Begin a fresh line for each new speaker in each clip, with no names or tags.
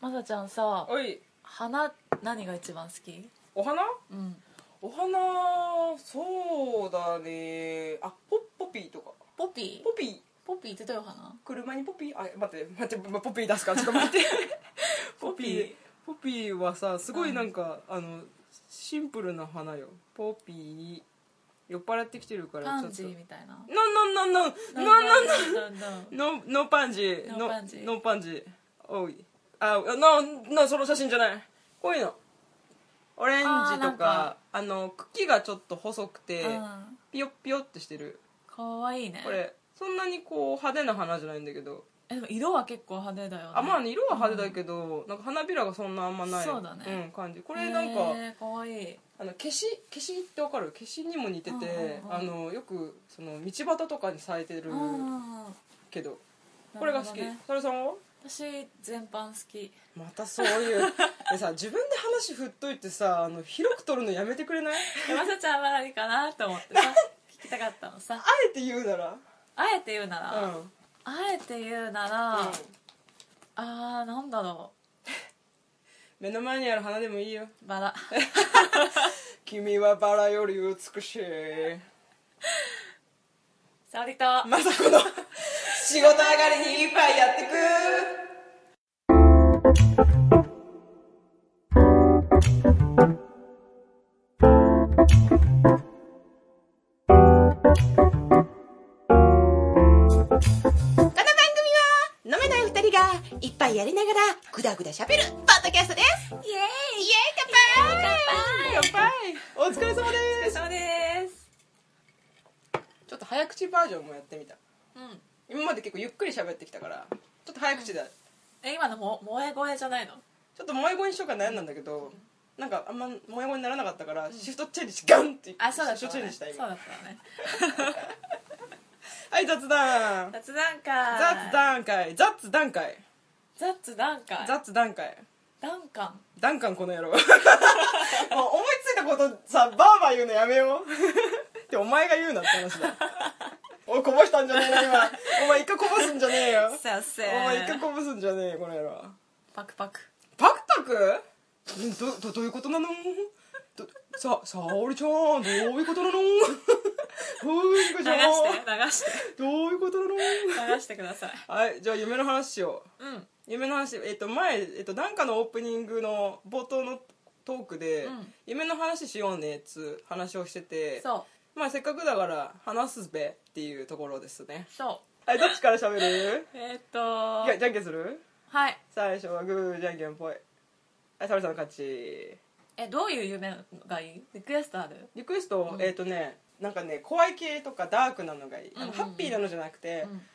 まさちゃんさ
おい
花何が一番好き
お花
うん
お花そうだねあポポピーとか
ポピ
ポピー
ーポピーってどういう花
車にポピーあ待って待ってまポピー出すからちょっと待って ポピーポピーはさすごいなんか、あのシンプルな花よポピー酔っ払ってきてるから
パ
ちょ
ン
っ
ジ
と
ーみたいな
ノンノンノンノンノンノン
なんなんなん
ノーノーパンジー
ノーパンジー
ノーパンジーおいあノーノーその写真じゃないこういうのオレン
あー
ジ
な
と
ん
か
か
あの茎がちょっと細くて、
うん
ピヨッピヨってしてる
かわいいね
これそんなにこう派手な花じゃないんだけど
えでも色は結構派手だよね
あまあね色は派手だけど、なんか花びらがそんなあんまない
そうだね
ん、感じこれなんか、
へーかわいい
あの消し消しってわかる消しにも似てて、
うん
あ
うん
のよくその道端とかに咲いてる
うん
けど、これが好き、
なるほどね
それさんは
私全般好き
またそういうでさ自分で話振っといてさあの広く取るのやめてくれないあ
でまさちゃんは何かなと思って さ聞きたかったのさ
えて言うなら
あえて言うなら、
うん、うん、
あえて言うなら、あーなんだろ
目の前にある花でもいいよ
うバラ
君はバラより美しい
沙織と
まさこの仕事上がりに一杯やって
この番組は飲めない二人が一杯やりながらぐだぐだしゃべるポッドキャストですイエーイイエーイ乾杯
くお疲れ様です
そうです
ちょっと早口バージョンもやってみた
うん
今まで結構ゆっくり喋ってきたからちょっと早口だ、
え今のも萌え声じゃないの
ちょっと萌え声にしようか悩んだんだけど、なんかあんま萌え声にならなかったから、シフトチェンジしてガンって
あそうだった
シフ
わ
トチェン
ね
ジした
そう
今
だったわね
はい雑談
雑談会
雑談会雑談会
雑談会
雑談会
談感
ダンカンこ の野郎もう思いついたことさバーバー言うのやめようってお前が言うなって話だおいこぼしたんじゃねえよ今お前一回こぼすんじゃねえよ
させ
お前一回こぼすんじゃねえよこの野郎
パクパク
パクパクんどどどういうことなのどさ沙織ちゃんどういうことなのどういう
流し
ことじゃ
て
ん
流して
どういうことなの
流してください
はいじゃあ夢の話しよう
うんうん
夢の話、えっと前、えっとなんかのオープニングの冒頭のトークで、
うん
夢の話しようねっつう話をしてて
そう
まあせっかくだから話すべっていうところですね
そ
はいどっちから喋 る
うえーっと
いやじゃんけんする
はい
最初はグーじゃんけんぽいはい沙織さんの勝ち
えどういう夢がいいリクエストある
リクエスト、えっ、とねなんかね怖い系とかダークなのがいい、あ
うん
の
うん
ハッピーなのじゃなくて、
うん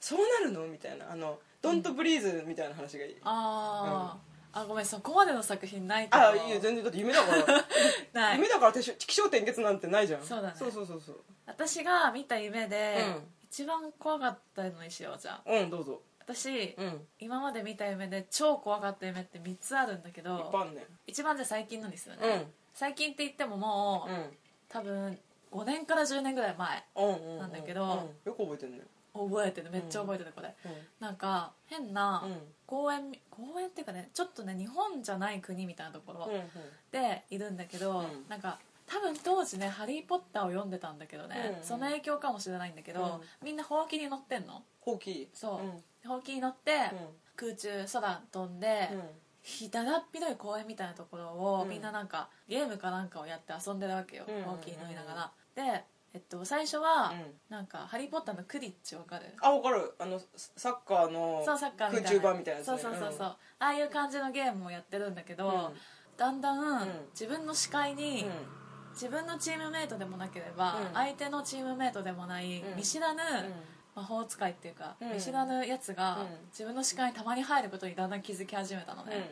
そうなるのみたいなあのドントブリーズみたいな話がいい、
あーあごめんそこまでの作品ないけど
あいいよ全然だって夢だ から
ない
夢だから起承転結なんてないじゃん
そうだね
そうそうそうそう
私が見た夢で、
うん
一番怖かったのにしようじゃあ
うんどうぞ
私、
うんいっ
今まで見た夢で超怖かった夢って3つあるんだけ
ぱい
ど
あんね
一番じゃあ最近のにするね、
うん
最近って言ってももう、多分5年から10年ぐらい前
うんうんうう
なんだけど
うんよく覚えてんね
覚えてるめっちゃ覚えてるこれ、
う
なんか変な、
ん
公園公園っていうかねちょっとね日本じゃない国みたいなところ
うんうん
でいるんだけど、
うん
なんか多分当時ね「ハリー・ポッター」を読んでたんだけどね、
うん
その影響かもしれないんだけど、みんなほうきに乗ってんの
ほうき
そう
うん
ほうきに乗って、空中空飛んで、
うん
ひだだっぴどい公園みたいなところを、
うん
みんななんかゲームかなんかをやって遊んでるわけよ、
うんうんうん
ほうきに乗りながら。で、えっと、最初は、
うん
なんか「ハリー・ポッター」のクリッチわかる
あわかるあのササッカーの
そうサッカーみたいな
空中版みたいなやつ
そう
ね
そうそうそう、ああいう感じのゲームをやってるんだけど、
うん
だんだん、
うん
自分の視界に、
うん
自分のチームメイトでもなければ、
うん
相手のチームメイトでもない、
うん
見知らぬ、
うん
魔法使いっていうか、
うん
見知らぬやつが、
うん
自分の視界にたまに入ることにだんだん気づき始めたの
うんうん
ね、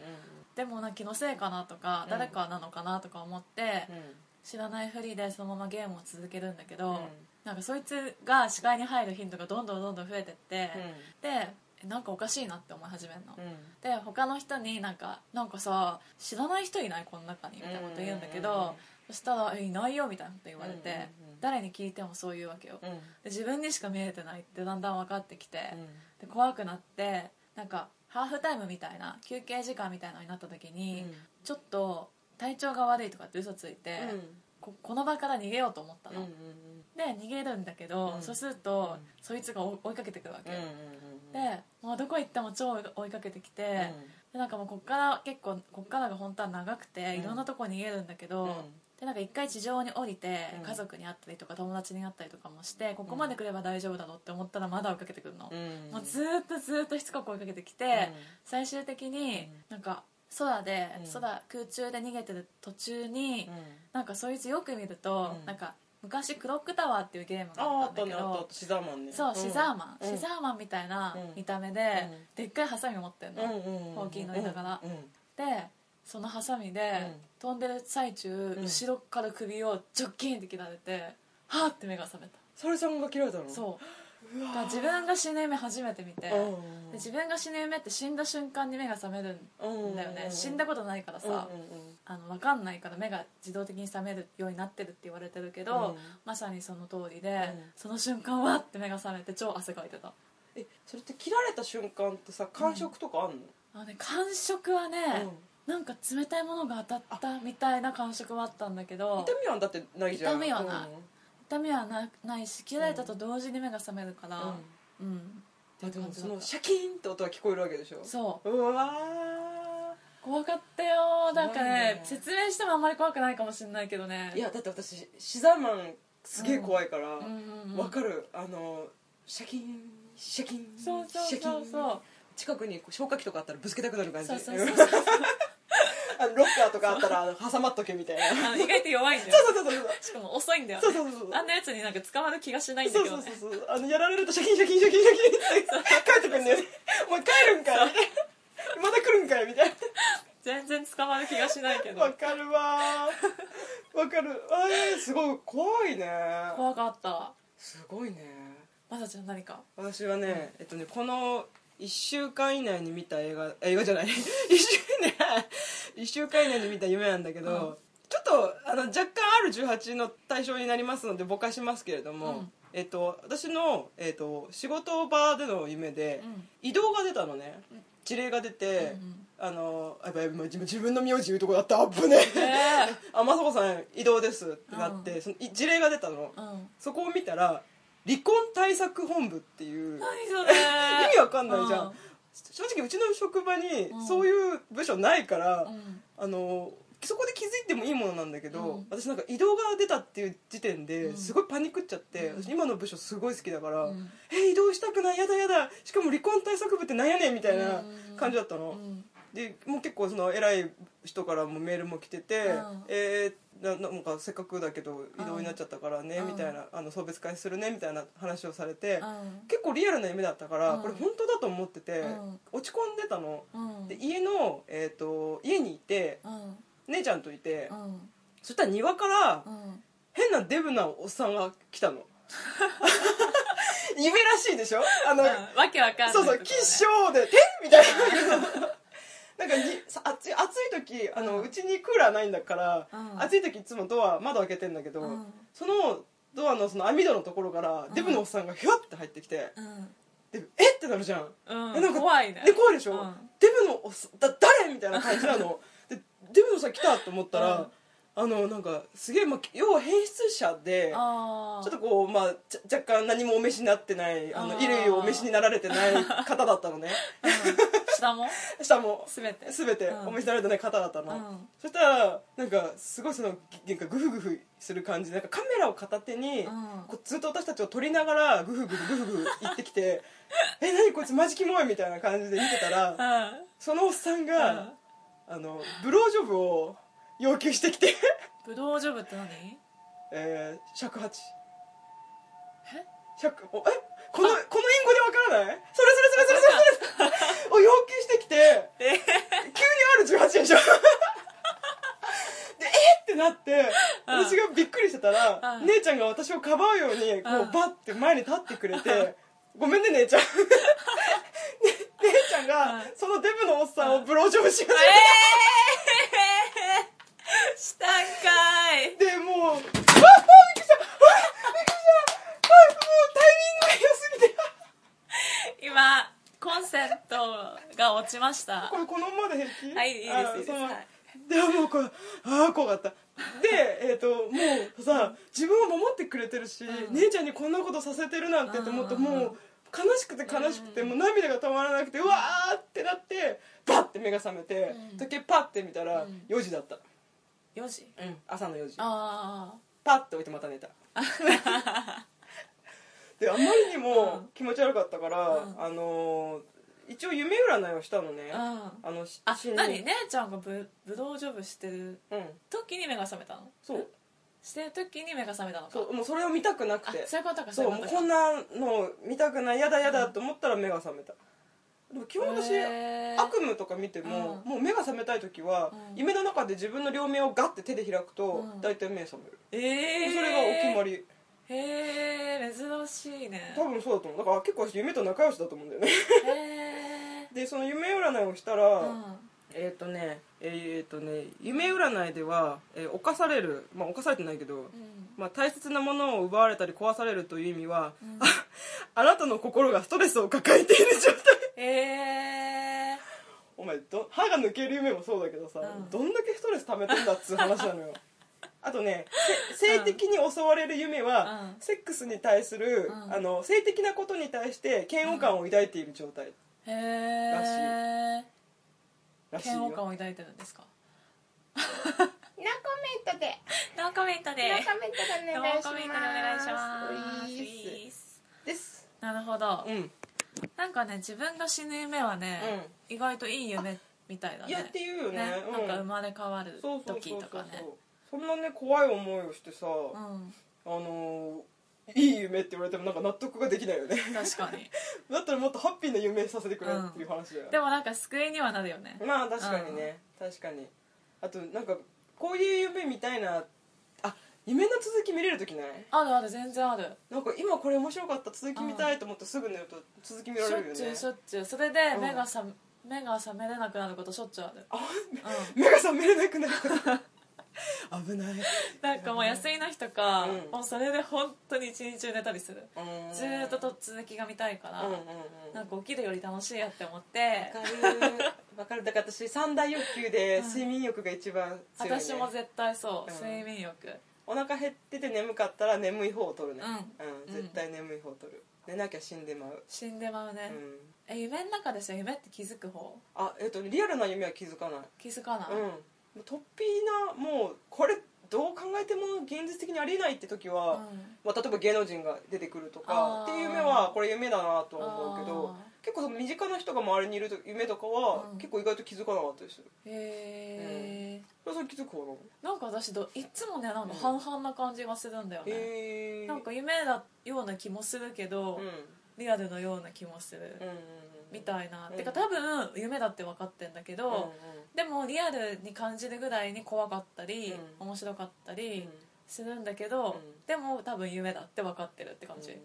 でもなんか気のせいかなとか、
うん
誰かなのかなとか思って、
うん
知らないふりでそのままゲームを続けるんだけど、
うん
なんかそいつが視界に入る頻度がどんどんどんどん増えてって、でえなんかおかしいなって思い始めるの、
うん
で他の人になんか「なんかさ知らない人いないこの中に」みたいなこと言うんだけど、
うんうんうん
そしたら「えいないよ」みたいなこと言われて、
うんうんうん
誰に聞いてもそういうわけよ、で
うん
自分にしか見えてないってだんだん分かってきて、
うん
で怖くなってなんかハーフタイムみたいな休憩時間みたいなのになった時に、
うん
ちょっと体調が悪いとかって嘘ついて、ここの場から逃げようと思った
うんう
の、
ん
で逃げるんだけど、
うん
そうすると、
うん
そいつが追追いかけてくるわけ、
うん
でもうどこ行っても超追いかけてきて、
うん
でなんかもうこっから結構こっからが本当は長くて、
うん
いろんなとこ逃げるんだけど、
うん
でなんか一回地上に降りて
うん
家族に会ったりとか友達に会ったりとかもしてここまで来れば大丈夫だろうって思ったらまだ追いかけてくるの、
うん
もうずーっとずーっとしつこく追いかけてきて、最終的になんか空で、
うん
空空中で逃げてる途中に、
うん
なんかそいつよく見ると、
うん
なんか昔クロックタワーっていうゲームが
あ
あ
あ
っ
ったた
んだ
ね
け
あったあっ
ど
たシザーマンね
そう、シザーマン、
うん
シザーマンみたいな
うん
見た目で、でっかいハサミ持ってんの、
うん
ほうきに乗りながら
うん
でそのハサミで、
ん
飛んでる最中、
うん
後ろから首をジョッキーンって切られてはーって目が覚めた、
それさんが嫌いだろ
そうだから自分が死ぬ夢初めて見て、で自分が死ぬ夢って死んだ瞬間に目が覚めるんだよね、死んだ
こ
ことないからさ、
うんうん
あの分かんないから目が自動的に覚めるようになってるって言われてるけど、
うん
まさにその通りで、
ん
その瞬間はって目が覚めて超汗かいてた
えそれって切られた瞬間ってさ感触とかあんの
あの、ね、感触はね、なんか冷たいものが当たったみたいな感触はあったんだけど
痛みはだってないじゃん
痛みはない痛みはなないし切られたと同時に目が覚めるからうん、
うんでも
って
そ
感じだっ
の
た
シャキーンって音が聞こえるわけでしょ
そう
うわ
怖かったよなんか
怖い
ね
ね
説明してもあんまり怖くないかもしれないけどね
ーいやだって私シザーマンすげえ怖いからわ、
うんうんうん
かるあのシャキーンシャキーン
そうそう
シャキ
そう
ーン
そう
近くにこう消火器とかあったらぶつけたくなる感じ
そうそうそうそう
あのロッカーとかあったら挟まっとけみたいな
あの意外と弱いんだよ
そうそうそうそう
しかも遅いんだよね
そうそうそうそう
あんなやつになんか捕まる気がしないんだ
そう
け
そ
ど
う
ね
そうそうあのやられるとシャキンシャキンシャキンシャキンって帰ってくんだよねお前帰るんかいまた来るんかいみたい
全然捕まる気がしないけ
なわ
ど
かるわーわかるあーすごい怖いね
怖かった
すごいね
まさちゃん何か
私はねえっとねこの1週間以内に見た映画 映画じゃない 1, 週ね一週間以内に見た夢なんだけど、
うん
ちょっとあの若干 R18 の対象になりますのでぼかしますけれど
う
も、
ん
えっと、私の、えっと、仕事場での夢で、
うん
移動が出たのね
うん
事例が出て、
うんうん
あのあやばいやばいもう自分自分の名字言うとこだったあっぶね
ねえ
あ雅子さん移動ですってなって、
う
そのい事例が出たの、
うん
そこを見たら離婚対策本部っていう
何それ
意味わかんないじゃん、
うん
正直うちの職場に
うん
そういう部署ないから、
うん
あのそこで気づいてもいいものなんだけど、
うん
私なんか移動が出たっていう時点
う
で
ん
すごいパニックっちゃって、
うん
私今の部署すごい好きだから、
うん
え移動したくないやだやだしかも離婚対策部ってなんやねんみたいな感じだったの、
うん
でもう結構その偉い人からもメールも来てて
うん
「えー、ななんかせっかくだけど移動になっちゃったからね」
うん
みたいな「あの送別会するね」みたいな話をされて
うん
結構リアルな夢だったから
うん
これ本当だと思ってて
うん
落ち込んでたの。
うん
で家の、えー、と家にいて
うん
姉ちゃんといて
うん
そしたら庭から
うん
変なデブなおっさんが来たの。 夢らしいでしょあの、
うんわけわかんない
そうそう、
とこ
吉
ろね
祥で、てみたい な。なんかにさ暑い暑い時あのうちにクーラーないんだから、
うん
暑い時いつもドア窓開けてんだけど、
うん
そのドアのその網戸のところから
うん
デブのおっさんがひゅわって入ってきて、
うん
でえってなるじゃん、
うん
えなんか
怖いね
で怖いでしょ、
うん
デブのおっさんだ誰みたいな感じ なのでデブのおっさん来たと思ったら、
うん
あのなんかすげえ、まあ、要は変質者で、
あー
ちょっとこう、まあ、ちゃ若干何もお召しになってないあの
あー
衣類をお召しになられてない 方だったのね
うん下も
下も
すべて
全て
うん
お召しになられてない方だったの、
うん
そしたらなんかすごいそのなんかグフグフする感じでなんかカメラを片手に、
うん
こうずっと私たちを撮りながらグフグフグフグフ言ってきて 「え何こいつマジキモい」みたいな感じで見てたら
うん
そのおっさんが、あのブロージョブを要求してきて、
ブドウジョブって何
えー、尺八
え
尺おえこのこの隠語でわからないそれそれそれそれそれ それを要求してきて
え
急に R18 でしょでえってなって
うん
私がびっくりしてたら、
うん
姉ちゃんが私をかばうようにこう、
うん
バッて前に立ってくれて「ごめんね姉ちゃん」 ね姉ちゃんが、
うん
そのデブのおっさんをブロージョブし始め
え
た、
ー、したんかい
でもう「あっびっくりしたあびっくりしたあもうタイミングが良すぎて
今コンセントが落ちました
これこのままで平気
はいいいです
あ
いいです
そう
はい
でもうこれああ怖かったでえっ、ともうさ自分を守ってくれてるし、
うん
姉ちゃんにこんなことさせてるなんてって思うと
うんうんうん
もう悲しくて悲しくてもう涙が止まらなくてうわーってなってバッて目が覚めて、
うん
時計パッて見たら
うん
4時だった、
4時
朝の4時
あ
パッて置いてまた 寝たであまりにも気持ち悪かったから、
うん
あのー一応夢占いをしたのね、
ああ
あのし
あ
死に
何姉ちゃんがぶぶどうジョブしてる
うん
時に目が覚めたの
そう
してる時に目が覚めたのか
そうもうそれを見たくなく
あ
て
そういうことか
そう
い
もう
こと
こんなの見たくないやだやだと思ったら目が覚めた、でも基本私、
へー
悪夢とか見ても、
う
もう目が覚めたい時は、
うん
夢の中で自分の両目をガッて手で開くと、
うん
大体目覚める、
えー、
それがお決ま
り
り
へえ珍しい ね
多分そうだと思うだから結構私夢と仲良しだと思うんだよね
へえ
でその夢占いをしたら、
うん
えっ、とねえっ、とね夢占いでは、えー犯されるまあ犯されてないけど、
うん
まあ、大切なものを奪われたり壊されるという意味は、
うん
ああなたの心がストレスを抱えている状態
え
お前ど歯が抜ける夢もそうだけどさ、
うん
どんだけストレス溜めてんだっつう話なの よあとねせ性的に襲われる夢は、
うん
セックスに対する、
うん
あの性的なことに対して嫌悪感を抱いている状態
ー、へえ
らしい
嫌悪
よ、
感を抱いてるんですか
ノーコメントで
ノーコメントで
ノーコメントでお
ノ
願
ー
いします
コメントでお願いします
ういー
いいっ
す
す
です
なるほど、
うん
なんかね自分が死ぬ夢はね、意外といい夢みたいだね
いやっていうよね
ね
うん
なんか生まれ変わる
そうそう
時
そう
と
そ
か
う
ね
そんなね怖い思いをしてさ、
う
あ
ん
のーいい夢って言われてもなんか納得ができないよね
確かに
だったらもっとハッピーな夢させてくれっていう話だよ、
でもなんか救いにはなるよね
まあ確かにね、確かにあとなんかこういう夢みたいなあ夢の続き見れる時ない
あるある全然ある
なんか今これ面白かった続き見たいと思ってすぐ寝ると続き見ら
しょ
れる
っ
よ
ちゅう
ね
しょっちゅうそれで
うん
目が覚,、目が覚めれなくなることしょっちゅう ある
あ
う
目が覚めれな くなる危ない
なんかもう休みの日とか、
うん
もうそれで本当に一日中寝たりする、
うん
ずーっとと続きが見たいから、
うんうんうん
なんか起きるより楽しいやって思って
わかるわかるだから私三大欲求で睡眠欲が一番強い、ね、
私も絶対そう、
うん
睡眠欲
お腹減ってて眠かったら眠い方を取るね
う
うん、絶対眠い方を取る寝なきゃ死んでまう
死んでまう
う
ね、
ん
え夢の中でさ夢って気づく方
あえっとリアルな夢は気づかない
気づかない、
うんもう突飛なもうこれどう考えても現実的にありえないって時は、
うん
まあ、例えば芸能人が出てくると
あー
かっていう夢はこれ夢だなとは思うけど
あ
結構その身近な人が周りにいると夢とかは
うん
結構意外と気づかなかったりする
へえ、
それはそれ気づく方なの
なんか私どいつもねなんか半々な感じがするんだよね、
へえ
なんか夢だような気もするけど、
うん
リアルのような気もする、
うんうん
みたいな、
うん
てか多分夢だって分かってんだけ
うんうん
ど、でもリアルに感じるぐらいに怖かったり、
うん
面白かった
うん
りするんだけど、
うん
でも多分夢だって分かってるって感じ、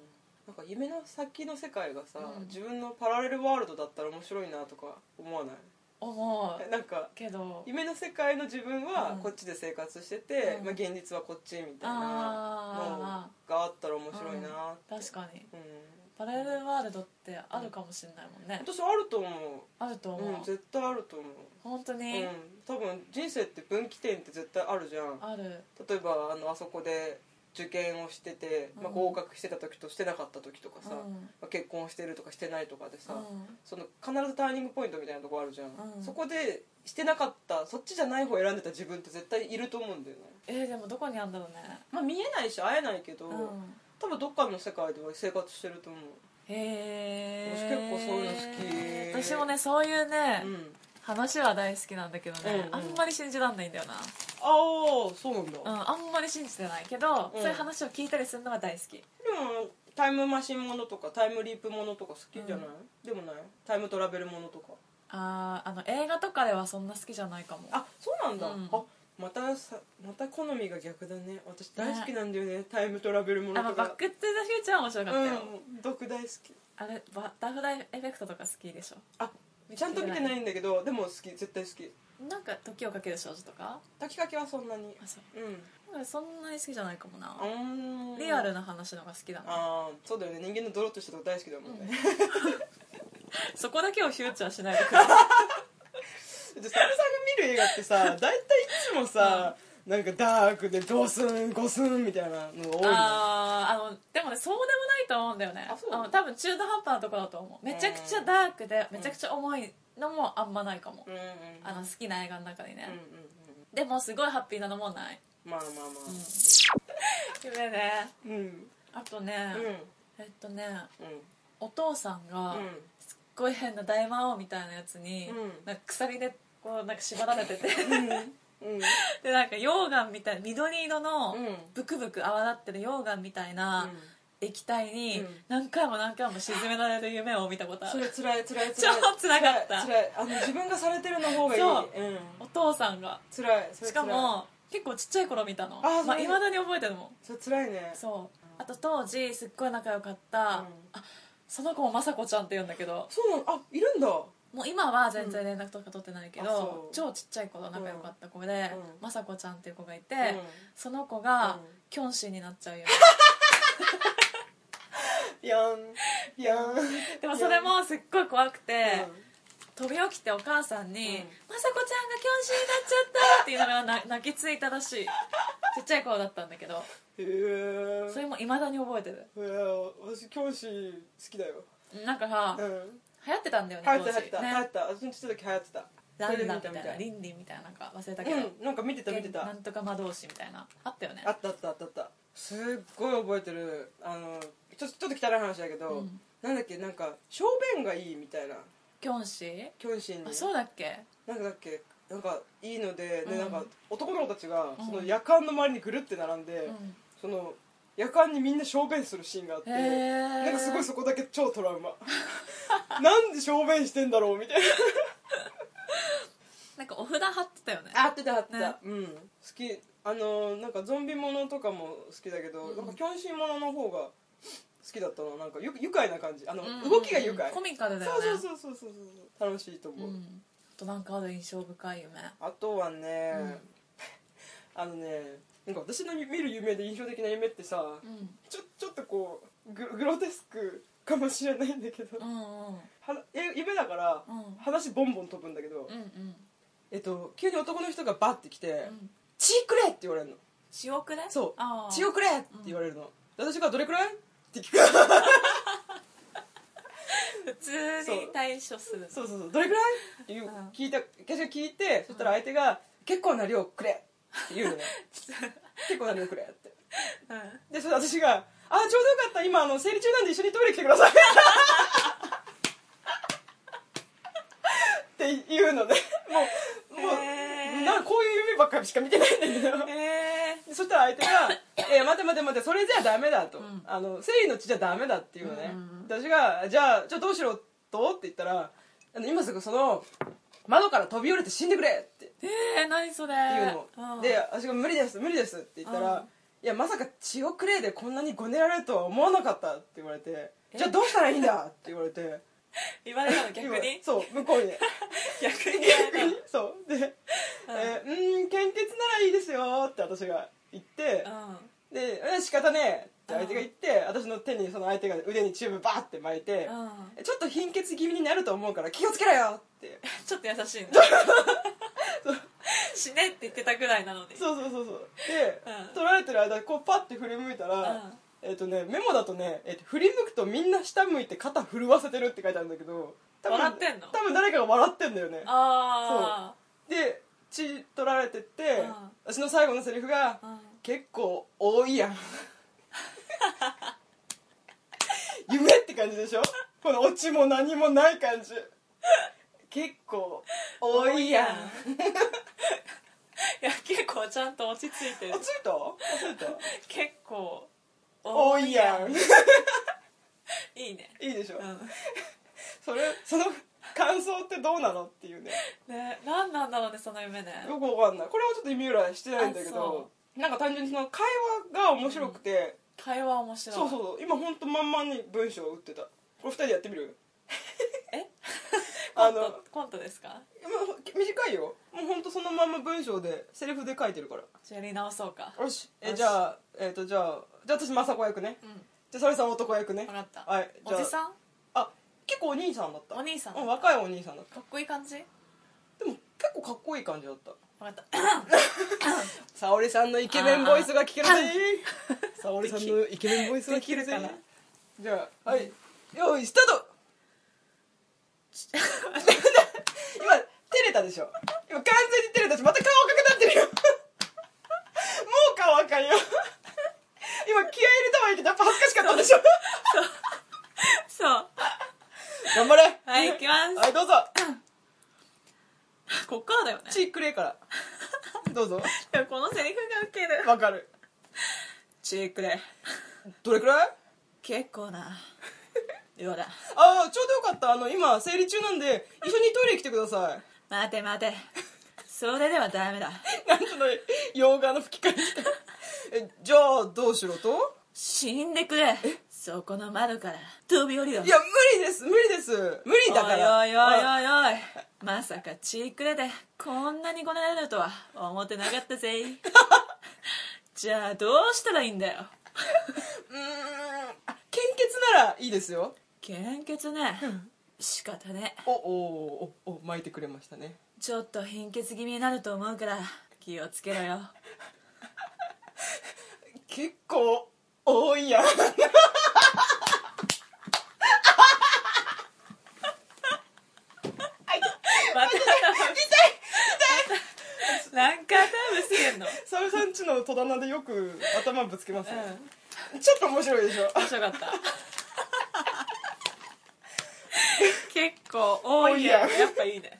なんか夢の先の世界がさ、
うん
自分のパラレルワールドだったら面白いなとか思わない
思
え
う
なんか
けど
夢の世界の自分
う
は
ん
こっちで生活してて、
うん
まあ、現実はこっちみたいな
あ
のがあったら面白いなって
あ確かに
うん
パラレルワールドってあるかもしれないもんね、
私あると思
あると
う、
思う、
うん、絶対あると思う、
本当
うん
に、、
多分人生って分岐点って絶対あるじゃん
ある
例えばあのあそこで受験をしてて、まあ、
うん
合格してた時としてなかった時とかさ、
うん
まあ、結婚してるとかしてないとかでさ、
うん
その必ずターニングポイントみたいなとこあるじゃん、
うん
そこでしてなかったそっちじゃない方選んでた自分って絶対いると思うんだよね
えーでもどこにあんだろうね
まあ見えないし会えないけど、
うん
多分どっかの世界では生活してると思う、
へえ
私結構そういうの好き
私もねそういうね、
うん
話は大好きなんだけどね、
うんうん
あんまり信じらんないんだよな、
ああそうなんだ、で
う
も
ん、あんまり信じてないけど、
うん
そういう話を聞いたりするのは大好き
タイムマシンものとかタイムリープものとか好きじゃない、でもないタイムトラベルものとか
あーあの映画とかではそんな好きじゃないかも
あそうなんだ、
うん
あまたさまた好みが逆だね私大好きなんだよねタイムトラベルも
あの
のと
バッ
か
ク・トゥ・ザ・フューチャー面白かったよ、
うん毒大好き
あれバタフライエフェクトとか好きでしょ
あちゃんと見てないんだけどでも好き絶対好き
なんか「時をかける少女」とか
炊きかけはそんなに
あそう
うん
なんかそんなに好きじゃないかもな
あーん
リアルな話のが好きだな
ああそうだよね人間のドロッとしたとこ大好きだもんね、
そこだけをフューチャーしないでください
じゃあさゆりさんが見る映画ってさ大体いつもさ、なんかダークでドスンゴスンみたいなのが多いの
あーあのでもねそうでもないと思うんだよね
あそう
の多分中途半端なとこだと思うめちゃくちゃダークでめちゃくちゃ重いのもあんまないかも、
うんうんうん
あの好きな映画の中でね
うんうん、
でもすごいハッピーなのもない
うんまあまあま
夢ね
あうん
あとね、
うん
えっとね
うん
お父さんが
うん
すっごい変な大魔王みたいなやつに、
うん
なんか鎖でこうなんか縛られてて
うん
でなんか溶岩みたい緑色の
うん
ブクブク泡立ってる溶岩みたいな
うん
液体に
うん
何回も何回も沈められる夢を見たことあ
そ
る
れつらいつらいつ
超
ら
辛
い
かった
つらいあの自分がされてるの方がいい
そう
うん
お父さんが
つらいそれ
し
つら
か
い
も結構ちっちゃい頃見たの
あ
まあ、
そう
未だに覚えてるもん
それつらいね
そうあと当時すっごい仲良かった、
ん
あその子も雅子ちゃんって言うんだけど
そうなのあいるんだ
もう今は全然連絡とか取ってないけ
うんあ
ど
そ、う
超ちっちゃい頃仲良かった子で、
うん
雅子ちゃんっていう子がいて、
うん
その子が、
うん
キョンシーになっ ちゃうよ
ピョンピョン
でもそれもすっごい怖くて、
うん
飛び起きてお母さんに「雅
う
子ちゃん
ん
がキョンシーになっちゃった!」って言いながらな泣きついたらしい ちっちゃい頃だったんだけど
へえ
それも未だに覚えてる
いや私教師好きだよ
なんかさ、
うん
流行ってたんだよね
流行った流行った
ね
流行った私のちっちゃい時流行ってた
ランナ
そ
み
れで
たいな
見
リンリンみたいななんか忘れた
た
けど、
うんなんか見てた見て
な
た
んとか魔導士みたいなあったよね
あったあったあったあったすっごい覚えてるあのちょちょっと汚い話だけど、
うん
なんだっけなんか小便がいいみたいな
キョンシー
キョンシーに
あそうだっけ
なんかだっけなんかいいので、
うん
でなんか男の子たちが
うん
その夜間の周りにぐるって並んで、
うん
その夜間にみんな小便するシーンがあって
へー
なんかすごいそこだけ超トラウマ なんで小便してんだろうみたい
なんかお札貼ってたよね
なあってたあって
た
うん好きあのーなんかゾンビものとかも好きだけど、なんかキョンシーものの方が好きだったのなんかゆ愉快な感じあの、
うんうん
動きが愉快、
コミカルだよ
そう
ね
そうそうそうそうそう楽しいと思う、
うんあとなんかある印象深い夢
あとはね、あのねなんか私の見る夢で印象的な夢ってさ、
うん
ちょちょっとこうググロテスクかもしれないんだけど、
うんうん
はなえ夢だから、
うん
話ボンボン飛ぶんだけど、
うんうん
えっと、急に男の人がバッて来て「
うん
血くれ!」って言われるの
仕送れ
そう
あ
「
ー
血をくれ!」って言われるの、で私が「どれくらい?」って聞く
普通に対処する
そうそうそう「どれくらい?」って言う
うん
聞いた私が聞いてそしたら相手が「結構な量くれ!」って言うの ね結構な量くれって
うん
でそれで私が「あーちょうどよかった今あの生理中なんで一緒にトイレ来てください」って言うのねもうもう、
へー
なんかこういう夢ばっかりしか見てないんだけど
え
でそしたら相手が「えー、待て待て待てそれじゃダメだと」
ん
あの「生理の血じゃダメだ」っていうのね、
うん
で私が「じゃあじゃあどうしろと?」って言ったら「あの今すぐその窓から飛び降りて死んでくれ」って
ーえー何それ
っていうの、
ん
で私が「無理です無理です」って言ったら「
うん
いやまさか血をくれでこんなにごねられるとは思わなかった」って言われて「じゃあどうしたらいいんだ」って言われて
言われたの 逆に
今そう向こ うに
逆に言われたの
そうで「えーうーん献血ならいいですよ」って私が言って
うん
「でうん仕方ねえ」って相手が言って私の手にその相手が腕にチューブバーって巻いて
うん
「ちょっと貧血気味になると思うから気をつけろよ」って
ちょっと優しいね死ねって言ってたぐらいなのに
そうそうそうそうで、
うん
取られてる間こうパッて振り向いたら、
うん
えっ、とねメモだとね、えっと振り向くとみんな下向いて肩震わせてるって書いてあるんだけど多分
笑ってんの
多分誰かが笑ってんだよね
あ
で血取られてって、
うん
私の最後のセリフが、
あ
結構多いやん夢って感じでしょこのオチも何もない感じ結構多 いやん
いや結構ちゃんと落ち着いてる
落ちた落ちた
結構
多いやん
いいね
いいでしょ、
う
それその感想ってどうなのっ ていうね
んね何なんだろうねその夢ね
よくわかんないこれはちょっと意味裏してないんだけ
あ
どなんか単純にその会話が面白くて、
会話面白い
そうそうそう今ほんとまんまに文章を打ってたこれ二人でやってみる
えコ
あ
ン
の
トコントですか
今短いよもうほんとそのまんま文章でセリフで書いてるから
じゃあやり直そうか
よしえ
よし
じゃあえっ、とじゃあじゃあ私雅子役ね
うん
じゃあそれさん男役ね
分かった
はいじゃ
お
あ
じさん
あ結構お兄さんだった
お兄さん
うん若いお兄さんだっ
かっこいい感じ
たでも結構かっこいい感じだった
分 かっ
沙織さんのイケメンボイスが聞けるぜ
あー
沙織さんのイケメンボイスが聞けるぜ
できるかな
じゃあはいよいスター ト今照れたでしょ今完全に照れたしまた顔赤くなってるよもう顔赤いよ今気合い入れたはいいけどやっぱ恥ずかしかったでしょ
たそう
頑張れ
はい行きます
はいどうぞ
こっからだよね
チークレーからどうぞ
でもこのセリフがウケる
わかる
チークで
どれくらい
結構なようだ
ああちょうどよかったあの今生理中なんで一緒にトイレ来てください
待て待てそれではダメだ
なんとの洋画の吹き替えしたえじゃあどうしろと
死んでくれそこの窓から飛び降りろ
いや無理です無理です無理だから
おいおいおいおいおいまさかチークレでこんなにごねられるとは思ってなかった ぜじゃあどうしたらいいんだよ
うーんあ献血ならいいですよ
献血ね仕方ね
おおおお巻いてくれましたね
ちょっと貧血気味になると思うから気をつけろよ
結構多いやん
また 痛い 痛い何回頭ぶつけんの
サルさんちの戸棚でよく頭ぶつけますね、ちょっと面白いでしょ
面白かった結構多いや
多いやん
やっぱいいね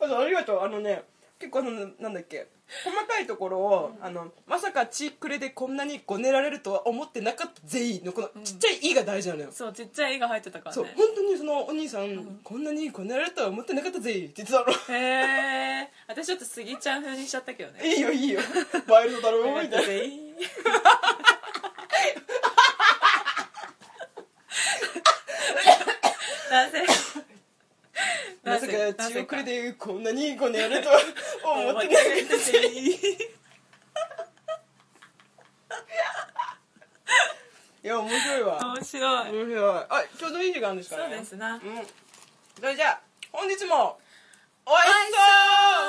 あありがとうあのね結構あのなんだっけ細かいところを、あのまさかチークレでこんなにごねられるとは思ってなかった全員のこのちっちゃい「い」が大事なのよ、
そうちっちゃい絵が入ってたから
そう
ね
本当にそのお兄さん、こんなにごねられるとは思ってなかったぜって言ってたの
へえ私ちょっとスギちゃん風にしちゃったけどね
いいよいいよワイルドだろうみたいな
全員なぜ
まさか
な
チ
ぜ
ークレでこんなにごねられるとは思ってなかった
た 全員
いや 面白いわ
面白い
面白いあちょうどいい時間ですか
そう
ら、ね、
ですな
うんそれじゃあ本日もおいしそ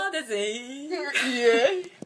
う
そうです
いえ